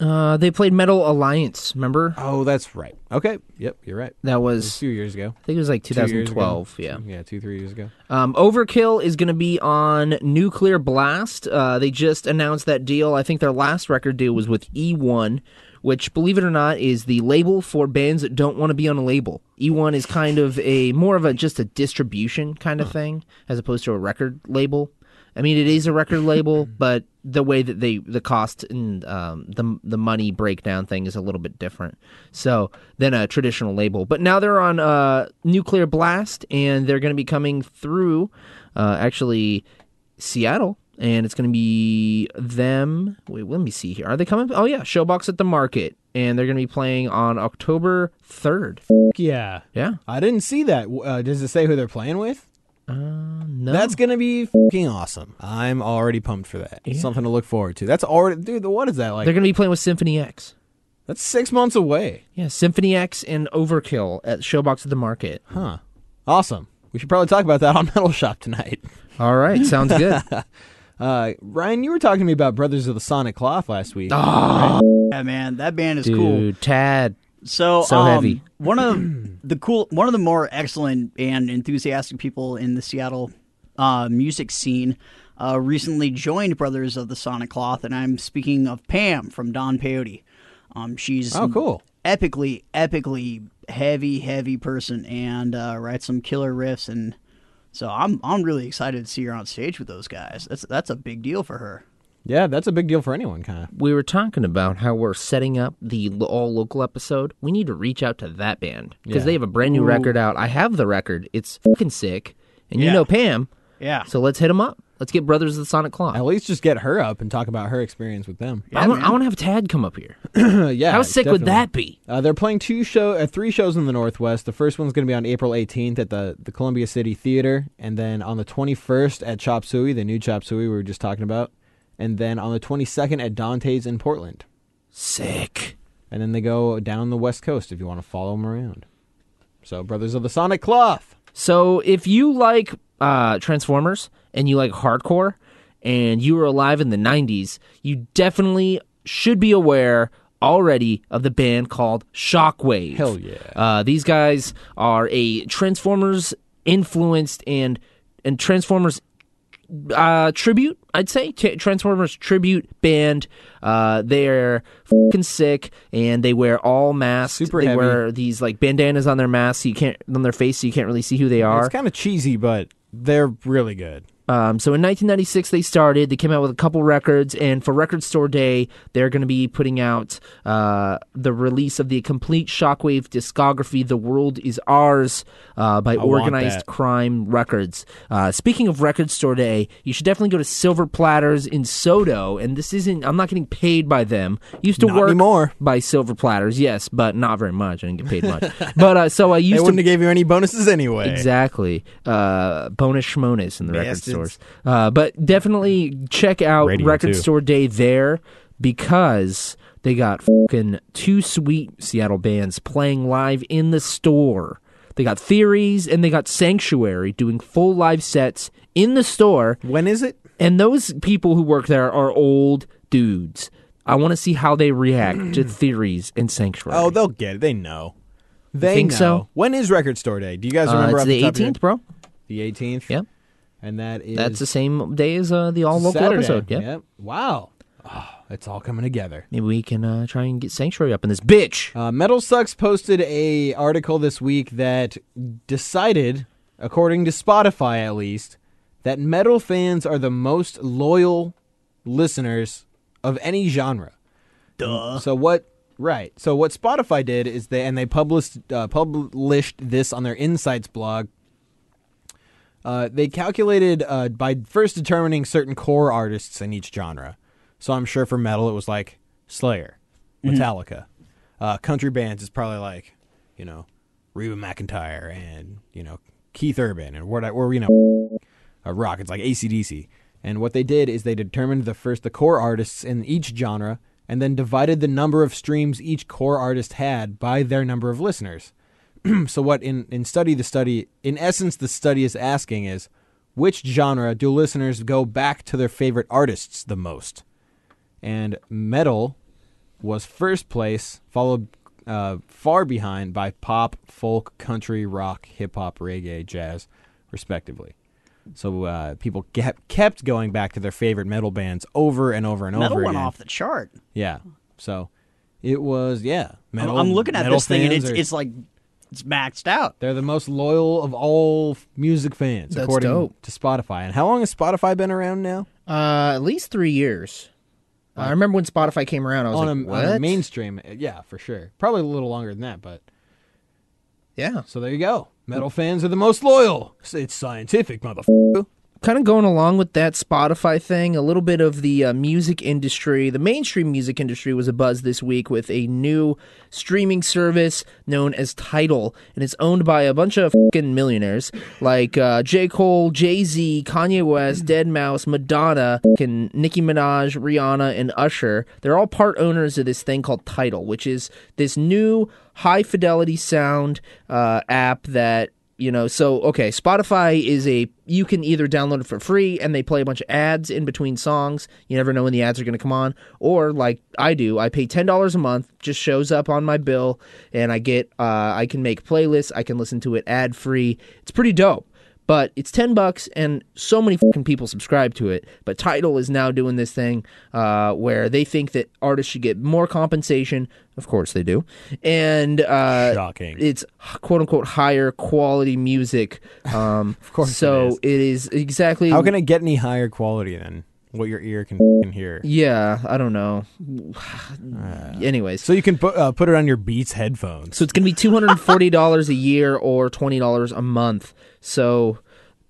Uh, they played Metal Alliance. Remember
Oh, that's right. Okay. Yep, you're right.
that
It was a
was
few years ago.
I think it was like
Two years ago.
2012. Yeah.
Yeah, two, three years ago.
Um, Overkill is going to be on Nuclear Blast. Uh, they just announced that deal. I think their last record deal was with E1, which, believe it or not, is the label for bands that don't want to be on a label. E1 is kind of a more of a just a distribution kind of thing as opposed to a record label. I mean, it is a record label, but the way that they the cost and um, the the money breakdown thing is a little bit different. So than a traditional label. But now they're on uh, Nuclear Blast, and they're going to be coming through, uh, actually, Seattle. And it's going to be them. Wait, let me see here. Are they coming? Oh yeah, Showbox at the Market, and they're going to be playing on October third.
Yeah.
Yeah,
I didn't see that. W- Uh, does it say who they're playing with?
Uh, no,
That's gonna be fucking awesome. I'm already pumped for that. Something to look forward to. That's already, dude. What is that like?
they're going to be playing with Symphony X.
That's six months away,
Yeah, Symphony X and Overkill at Showbox at the Market.
huh? Awesome. We should probably talk about that (laughs) on Metal Shop tonight.
All right, sounds good.
Uh, Ryan, you were talking to me about Brothers of the Sonic Cloth last week.
Ah.
yeah, man, that band is
Dude,
cool.
Tad.
So,
So
um,
heavy.
One of the cool, one of the more excellent and enthusiastic people in the Seattle uh, music scene uh, recently joined Brothers of the Sonic Cloth, and I'm speaking of Pam from Don Peyote. Um, she's
Oh, cool.
epically, epically heavy, heavy person, and uh, writes some killer riffs. And so I'm I'm really excited to see her on stage with those guys. That's that's a big deal for her.
yeah, that's a big deal for anyone, kind of.
we were talking about how we're setting up the lo- all local episode. We need to reach out to that band because
Yeah.
they have a brand new record out. I have the record. It's fucking sick, and you
Yeah.
know Pam.
Yeah.
So let's hit them up. Let's get Brothers of the Sonic
At
Clock.
least just get her up and talk about her experience with them.
I want, I want to have Tad come up here.
Uh, yeah,
How sick would
definitely.
that be?
Uh, they're playing two show, uh, three shows in the Northwest. The first one's going to be on April 18th at the, the Columbia City Theater, and then on the 21st at Chop Suey, the new Chop Suey we were just talking about, and then on the 22nd at Dante's in Portland.
Sick.
And then they go down the West Coast if you want to follow them around. So, Brothers of the Sonic Cloth.
So if you like uh, Transformers and you like hardcore and you were alive in the 90s, you definitely should be aware already of the band called Shockwave.
Hell yeah.
Uh, these guys are a Transformers influenced and and Transformers uh, tribute, I'd say T- Transformers tribute band. Uh, they're fucking sick, and they wear all masks.
Super
they
heavy.
wear these like bandanas on their masks, so you can't on their face, so you can't really see who they are.
It's kind of cheesy, but they're really good.
Um, so in 1996 they started. They came out with a couple records, and for Record Store Day, they're going to be putting out uh, the release of the complete Shockwave discography, "The World Is Ours" uh, by
want
Organized
that.
Crime Records. Uh, speaking of Record Store Day, you should definitely go to Silver Platters in Soto. And this isn't—I'm not getting paid by them. Used to
Not
work
anymore.
by Silver Platters, yes, but not very much. I didn't get paid much. but uh, so
(laughs)
I
They
used
wouldn't
to
have gave you any bonuses anyway.
Exactly. Uh, bonus schmonis in the
Bastards.
record stores. Uh, but definitely check out
Radio,
Record
too.
Store Day there because they got fucking two sweet Seattle bands playing live in the store. They got Theories and they got Sanctuary doing full live sets in the store.
When is it?
And those people who work there are old dudes. I want to see how they
(clears throat)
react to Theories and Sanctuary.
Oh, they'll get it. They know. They
think
know.
so?
When is Record Store Day? Do you guys
uh,
remember?
it's
off
the
top of your-
18th, bro.
The 18th.
Yep.
And that is
That's the same day as uh, the all local
Saturday.
episode. Yeah.
Wow. Oh, it's all coming together.
Maybe we can uh, try and get Sanctuary up in this bitch.
Uh, Metal Sucks posted a article this week that decided, according to Spotify at least, that metal fans are the most loyal listeners of any genre. Duh. So what? Right. So what Spotify did is they and they published uh, published this on their Insights blog. Uh, they calculated uh, by first determining certain core artists in each genre. So I'm sure for metal it was like Slayer, Metallica. Uh, country bands is probably like, you know, Reba McIntyre and you know Keith Urban and what or you know a rock. It's like ACDC. And what they did is they determined the first the core artists in each genre and then divided the number of streams each core artist had by their number of listeners. so what in, in study the study in essence the study is asking is which genre do listeners go back to their favorite artists the most? And metal was first place, followed uh, far behind by pop, folk, country, rock, hip hop, reggae, jazz, respectively. So uh, people kept kept going back to their favorite metal bands over and over and
Metal
over
went
again.
off the chart.
Yeah. So it was yeah.
I'm-
Metal,
I'm looking at
metal
this thing and
fans
it's
are-
it's like it's maxed out.
they're the most loyal of all f- music fans
That's
according
dope.
to Spotify. And how long has Spotify been around now?
Uh, at least three years. I remember when Spotify came around. I was
on,
like,
a,
what?
on a mainstream, yeah, for sure. Probably a little longer than that, but
yeah.
So there you go. Metal fans are the most loyal. S- It's scientific, motherfucker.
Kind of going along with that Spotify thing, a little bit of the uh, music industry, the mainstream music industry was a buzz this week with a new streaming service known as Tidal, and it's owned by a bunch of fucking millionaires like uh, J. Cole, Jay Z, Kanye West, Dead Mouse, Madonna, fucking Nicki Minaj, Rihanna, and Usher. They're all part owners of this thing called Tidal, which is this new high fidelity sound uh, app that you know so okay spotify is a you can either download it for free and they play a bunch of ads in between songs you never know when the ads are going to come on or like i do i pay $10 a month just shows up on my bill and i get uh, i can make playlists i can listen to it ad free it's pretty dope but it's 10 bucks and so many fucking people subscribe to it but tidal is now doing this thing uh, where they think that artists should get more compensation of course they do and uh,
Shocking.
it's quote unquote higher quality music.
(laughs)
Um, of
course
so
it is.
exactly.
How can it get any higher quality than what your ear can f***ing hear?
Yeah, I
(sighs)
don't know. (sighs) Anyways,
So you can put, uh, put it on your Beats headphones.
so it's gonna be two hundred and forty dollars a year or twenty dollars a month. So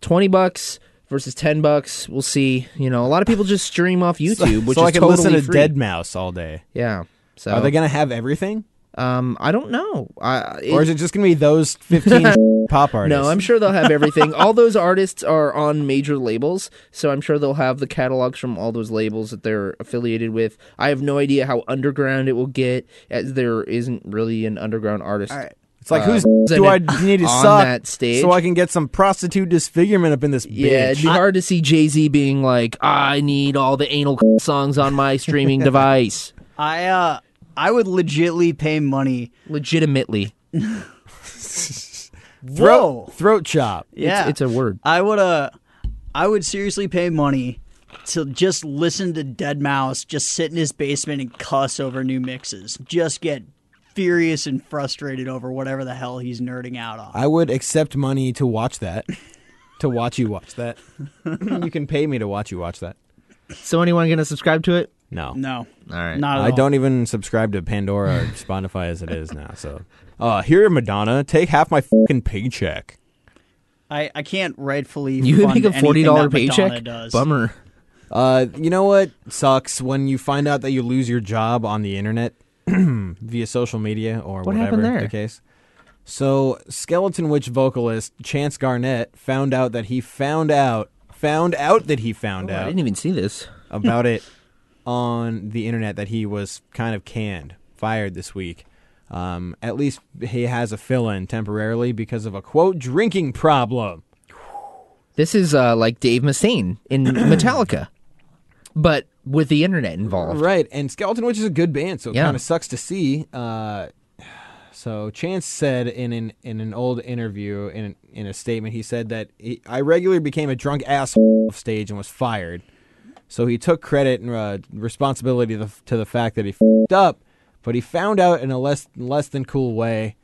twenty bucks versus ten bucks. We'll see. You know, a lot of people just stream off (laughs) YouTube,
(laughs)
which
so
is
I can
totally
listen to
free. Oh.
Dead Mouse all day.
Yeah. So
Are they gonna have everything,
um, I don't know. I
or is it just gonna be those
(laughs)
fifteen pop artists?
No, I'm sure they'll have everything. all those artists are on major labels, so I'm sure they'll have the catalogs from all those labels that they're affiliated with. I have no idea how underground it will get, as there isn't really an underground artist.
It's like
uh,
who's do I need to
on
suck
that stage.
so I can get some prostitute disfigurement up in this
Yeah, it'd
bitch?
be hard to see Jay Z being like, "I need all the anal (laughs) songs on my streaming device."
I uh I would legitly pay money.
Legitimately,
throat
Whoa.
throat chop.
Yeah.
it's a word.
I would uh I would seriously pay money to just listen to Dead Mouse just sit in his basement and cuss over new mixes. Just get furious and frustrated over whatever the hell he's nerding out on.
I would accept money to watch that. to watch you watch that. (laughs) you can pay me to watch you watch that.
So anyone going to subscribe to it?
No.
no.
All right.
Not at
I
all.
don't even subscribe to Pandora or Spotify as it is now. So, uh, here, Madonna, take half my fucking paycheck.
I, I can't rightfully.
You
fund
make a
anything
forty dollar
that Madonna
paycheck.
Does.
Bummer.
Uh, you know what sucks when you find out that you lose your job on the internet (clears throat) via social media or
What
whatever
happened there?
the case. So, Skeleton Witch vocalist Chance Garnett found out that he found out found out that he found
Oh, I
out
didn't even see this.
(laughs) about it on the internet that he was kind of canned, fired this week. Um, at least he has a fill in temporarily because of a quote drinking problem.
This is uh, like Dave Mustaine
(clears throat)
in Metallica, but with the internet involved.
Right, and Skeleton Witch is a good band, so it
Yeah.
kind of sucks to see. Uh, so Chance said in an in an old interview in an, in a statement, he said that he, I regularly became a drunk asshole (laughs) off stage and was fired. So he took credit and uh, responsibility to the, to the fact that he f***ed up, but he found out in a less less than cool way.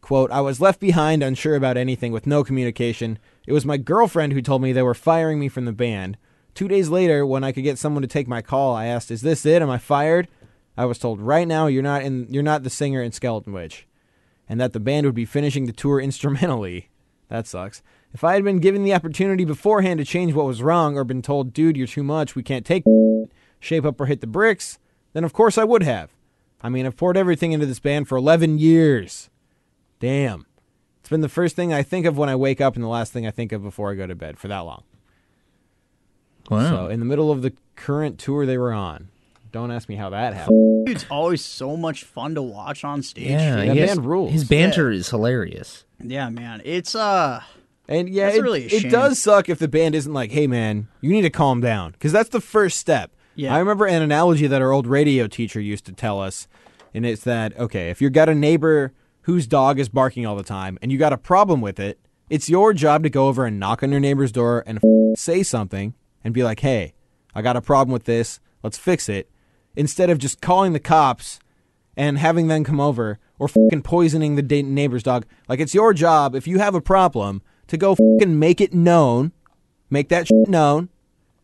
Quote, I was left behind, unsure about anything, with no communication. It was my girlfriend who told me they were firing me from the band. Two days later, when I could get someone to take my call, I asked, Is this it? Am I fired? I was told, Right now you're not in you're not the singer in Skeleton Witch. And that the band would be finishing the tour (laughs) instrumentally. That sucks. If I had been given the opportunity beforehand to change what was wrong, or been told, dude, you're too much, we can't take (laughs) it, shape up or hit the bricks, then of course I would have. I mean, I've poured everything into this band for 11 years. Damn. It's been the first thing I think of when I wake up and the last thing I think of before I go to bed for that long. So,
Wow.
in the middle of the current tour they were on. Don't ask me how that happened.
Dude's always so much fun to watch on stage.
yeah,
that
he has-
band rules.
His banter is hilarious.
Yeah, man. It's uh
And yeah,
That's
it,
really a
it
shame.
does suck if the band isn't like, hey, man, you need to calm down. Because that's the first step.
Yeah.
I remember an analogy that our old radio teacher used to tell us. And it's that, okay, if you've got a neighbor whose dog is barking all the time and you got a problem with it, it's your job to go over and knock on your neighbor's door and f- say something and be like, hey, I got a problem with this. Let's fix it. Instead of just calling the cops and having them come over or fucking poisoning the da- neighbor's dog. Like it's your job if you have a problem to go fucking make it known, make that shit known,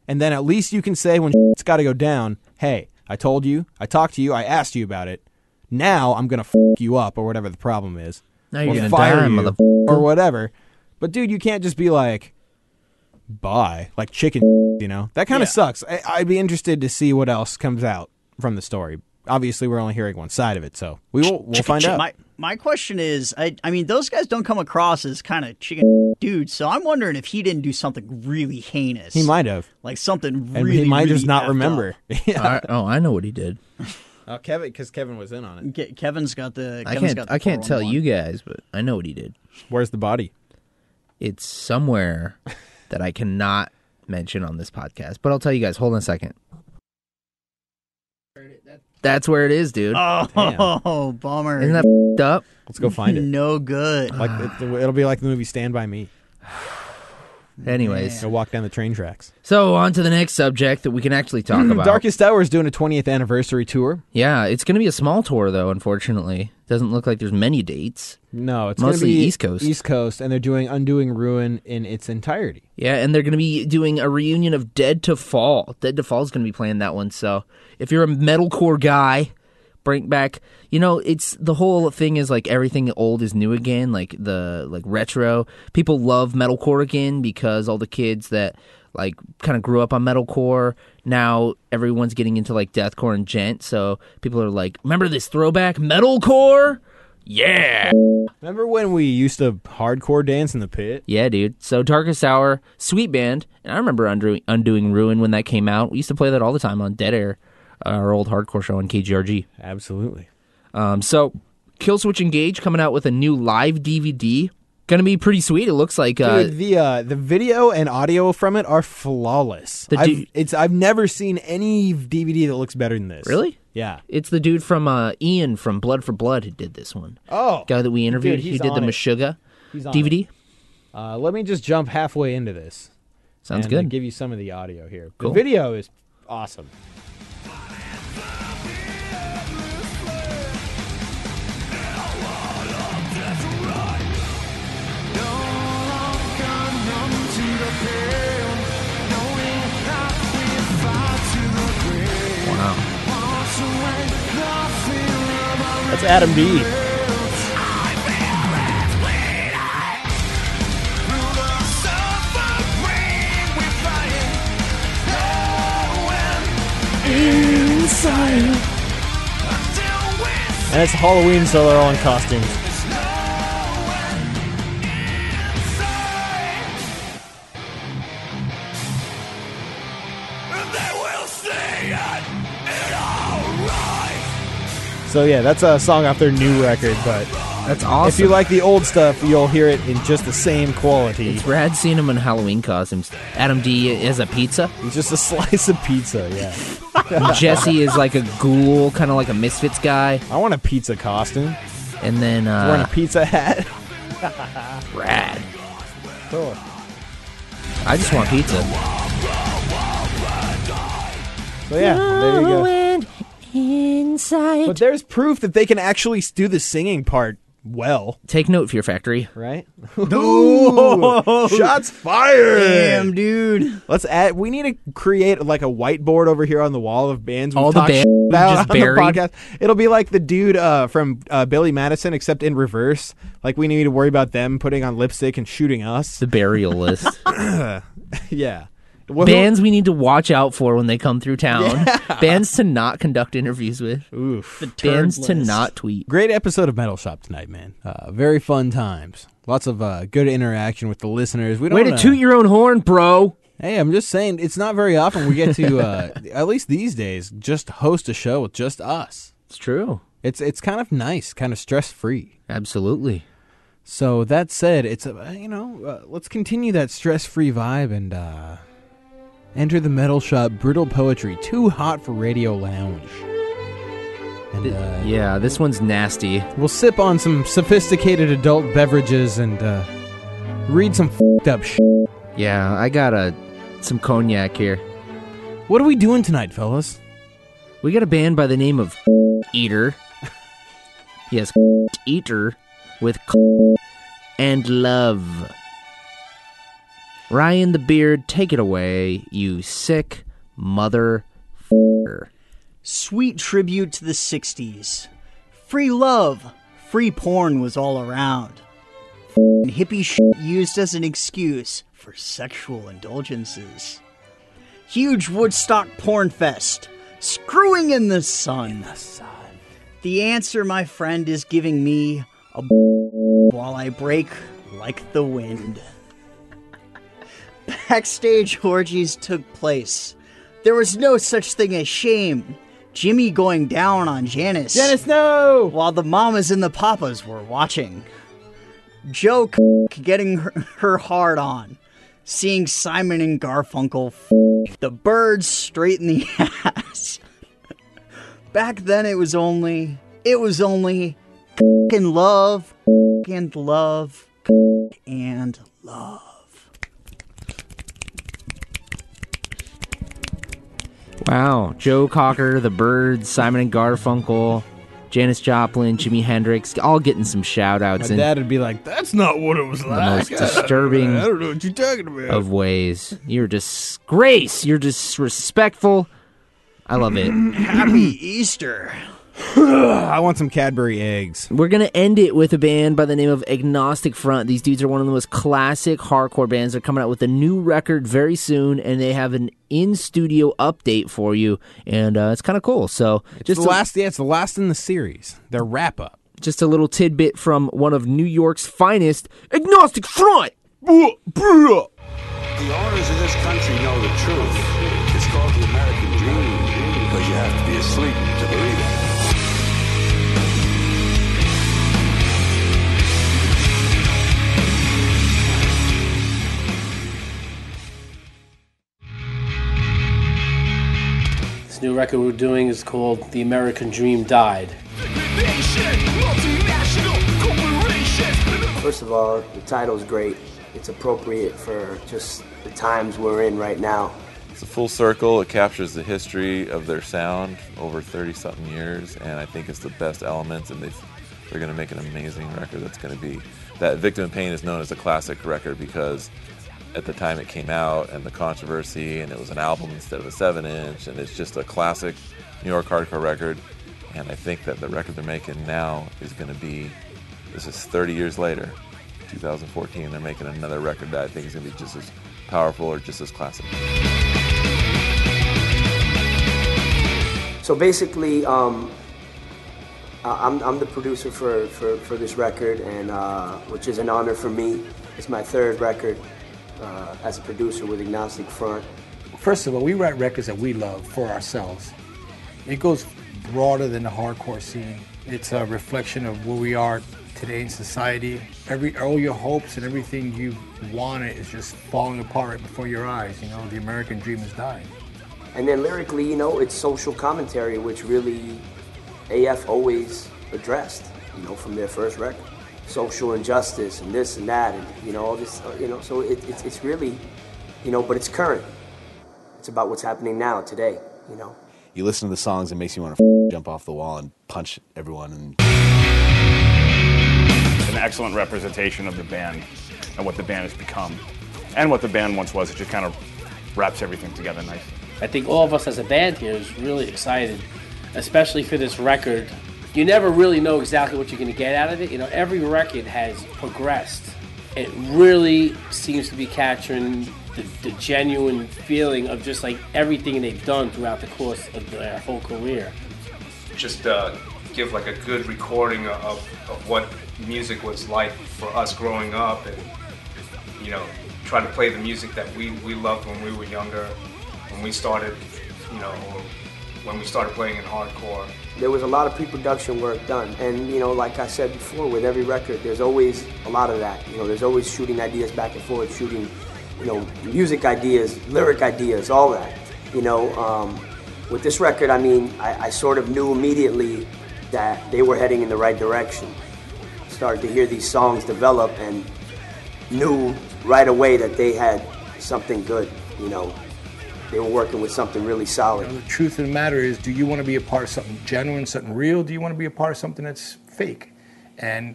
and then at least you can say when it's got to go down, hey, I told you, I talked to you, I asked you about it. Now I'm gonna fuck you up or whatever the problem is,
Now you're
or
gonna
fire
die,
you (laughs)
motherfucker.
or whatever. But dude, you can't just be like, bye, like chicken. You know that kind of sucks. I- I'd be interested to see what else comes out from the story. Obviously, we're only hearing one side of it, so we will we'll find out.
my my question is I I mean those guys don't come across as kind of chicken (laughs) dudes, so I'm wondering if he didn't do something really heinous.
he might have,
like something
and
really
he might
really
just not
effed
remember. (laughs)
up.
yeah,
I- oh, I know what he did.
uh, Kevin, because Kevin was in on it.
Ke- Kevin's got the
I
Kevin's
can't.
got the oh
I can't tell
411.
you guys, but I know what he did.
Where's the body?
It's
(laughs)
somewhere that I cannot mention on this podcast, but I'll tell you guys. Hold on a second. That's where it is, dude.
Oh, bummer.
Isn't that f***ed up?
Let's go find it.
no good.
Like it, it'll be like the movie Stand by Me.
Anyways,
Go walk down the train tracks.
so on to the next subject that we can
(laughs)
actually talk about.
Darkest Hour is doing a 20th anniversary tour.
Yeah, it's going to be a small tour though. Unfortunately, doesn't look like there's many dates.
No, it's gonna
Mostly
be
East Coast.
East Coast, and they're doing Undoing Ruin in its entirety.
Yeah, and they're going to be doing a reunion of Dead to Fall. Dead to Fall is going to be playing that one. So if you're a metalcore guy, bring back. You know, it's the whole thing is like everything old is new again. Like the like retro. People love metalcore again because all the kids that like kind of grew up on metalcore now everyone's getting into like deathcore and gent. So people are like, remember this throwback metalcore? Yeah.
Remember when we used to hardcore dance in the pit?
Yeah, dude. So Darkest Hour, sweet band, and I remember Undoing, Undoing Ruin when that came out. We used to play that all the time on Dead Air, uh, our old hardcore show on KGRG.
Absolutely.
Um, so Killswitch Engage coming out with a new live DVD. Gonna be pretty sweet. It looks like uh,
Dude, the uh, the video and audio from it are flawless.
The
I've,
du-
it's I've never seen any DVD that looks better than this.
Really?
Yeah.
it's the dude from uh, Ian from Blood for Blood who did this one.
Oh.
guy that we interviewed
Dude,
who
he's
did the
on it.
Meshuggah
He's on
DVD.
Uh, let me just jump halfway into this.
Sounds
and
good.
I give you some of the audio here.
Cool.
The video is awesome.
wow.
That's Adam B. And it's Halloween, so they're all in costumes. So yeah, that's a song off their new record, but
That's awesome.
If you like the old stuff, you'll hear it in just the same quality.
it's rad seeing him in Halloween costumes. Adam D is
(laughs)
a pizza.
It's just a slice of pizza, yeah.
And Jesse is like a ghoul, kind of like a Misfits guy.
I want a pizza costume.
And then
Wearing a
uh,
pizza hat. (laughs)
rad. I just want pizza.
So yeah, there you go. But there's proof that they can actually do the singing part well,
Take note, Fear Factory.
right? Ooh, (laughs) shots fired!
Damn, dude.
Let's add. We need to create like a whiteboard over here on the wall of bands. We've
All the
talked
bands
(laughs) about
just
on the
buried.
podcast. It'll be like the dude uh, from uh, Billy Madison, except in reverse. Like we need to worry about them putting on lipstick and shooting us.
The burial list.
(laughs) yeah. Well, who-
Bands we need to watch out for when they come
(laughs)
through town. Bands to not conduct interviews with.
Oof.
Bands to
list.
not tweet.
Great episode of Metal Shop tonight, man. Uh, very fun times. Lots of uh, good interaction with the listeners. We don't
Way to
wanna-
toot your own horn, bro.
Hey, I'm just saying, it's not very often we get to,
(laughs)
uh, at least these days, just host a show with just us.
It's true.
It's it's kind of nice, kind of stress free.
Absolutely.
So that said, it's a you know uh, let's continue that stress-free vibe and uh, enter the metal shop. Brutal poetry, too hot for radio lounge. And uh,
Yeah, this one's nasty.
we'll sip on some sophisticated adult beverages and uh, read some f***ed up shit.
Yeah, I got a some cognac here.
What are we doing tonight, fellas?
We got a band by the name of Eater. (laughs) Yes, (laughs) Eater with (laughs) and love. Ryan the Beard, take it away, you sick mother.
Sweet tribute to the 60s. Free love, free porn was all around. And hippie shit used as an excuse for sexual indulgences. Huge Woodstock porn fest. Screwing in the sun. the answer, my friend, is giving me a while I break like the (laughs) wind. Backstage orgies took place. There was no such thing as shame. Jimmy going down on Janice. Janice, no! While the mamas and the papas were watching. Joe c- getting her, her hard on. Seeing Simon and Garfunkel f- the birds straight in the (laughs) ass. Back then it was only, it was only and love and love and love.
Wow, Joe Cocker, The Birds, Simon and Garfunkel, Janis Joplin, Jimi Hendrix, all getting some shout outs
My
in
dad would be like, "That's not what it was
the
like."
(laughs)
most disturbing
I don't know what you're talking about.
of ways. You're disgrace. You're disrespectful. I love it.
Happy Easter.
I want some Cadbury eggs.
We're gonna end it with a band by the name of Agnostic Front. These dudes are one of the most classic hardcore bands. They're coming out with a new record very soon, and they have an in-studio update for you, and uh, it's kind of cool. So
It's
just
the
a,
last, yeah, it's the last in the series. Their wrap up.
just a little tidbit from one of New York's finest, Agnostic Front.
The owners of this country know the truth. It's called the American dream because you have to be asleep to believe it.
This new record we're doing is called The American Dream Died. First of all, the title's great. It
it's appropriate for just the times we're in right now.
It's a full circle. It captures the history of their sound over 30 something years, and I think it's the best elements. And they've, they're going to make an amazing record. That's going to be that Victim of Pain is known as a classic record because at the time it came out and the controversy, and it was an album instead of a seven inch, and it's just a classic New York hardcore record. And I think that the record they're making now is going to be this is 30 years later, 2014. They're making another record that I think is going to be just as powerful or just as classic.
So basically, um, uh, I'm, I'm the producer for, for, for this record, and uh, which is an honor for me. It's my third record uh, as a producer with Agnostic Front.
First of all, we write records that we love for ourselves. It goes broader than the hardcore scene. It's a reflection of where we are today in society. Every all your hopes and everything you wanted is just falling apart right before your eyes. You know, the American dream is dying.
And then lyrically, you know, it's social commentary, which really AF always addressed, you know, from their first record. Social injustice and this and that, and, you know, all this, uh, you know, so it, it's, it's really, you know, but it's current. It's about what's happening now, today, you know.
You listen to the songs, it makes you want to jump off the wall and punch everyone. And
an excellent representation of the band and what the band has become and what the band once was. It just kind of wraps everything together nicely.
I think all of us as a band here is really excited, especially for this record. You never really know exactly what you're going to get out of it. You know, every record has progressed. It really seems to be capturing the, the genuine feeling of just like everything they've done throughout the course of their whole career.
just uh, give like a good recording of, of what music was like for us growing up and you know try to play the music that we, we loved when we were younger when we started you know or when we started playing in hardcore
There was a lot of pre-production work done, and you know, like I said before, with every record, there's always a lot of that. You know, there's always shooting ideas back and forth, shooting, you know, music ideas, lyric ideas, all that. You know, um, with this record, I mean, I, I sort of knew immediately that they were heading in the right direction. Started to hear these songs develop, and knew right away that they had something good. You know, they were working with something really solid.
The truth of the matter is, do you want to be a part of something genuine, something real? Do you want to be a part of something that's fake? And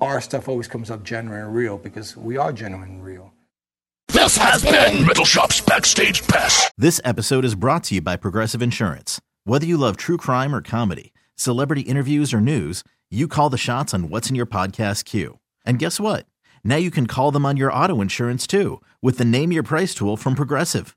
our stuff always comes up genuine and real because we are genuine and real.
This has been Metal Shop's Backstage Pass.
This episode is brought to you by Progressive Insurance. Whether you love true crime or comedy, celebrity interviews or news, you call the shots on what's in your podcast queue. And guess what? Now you can call them on your auto insurance too with the Name Your Price tool from Progressive.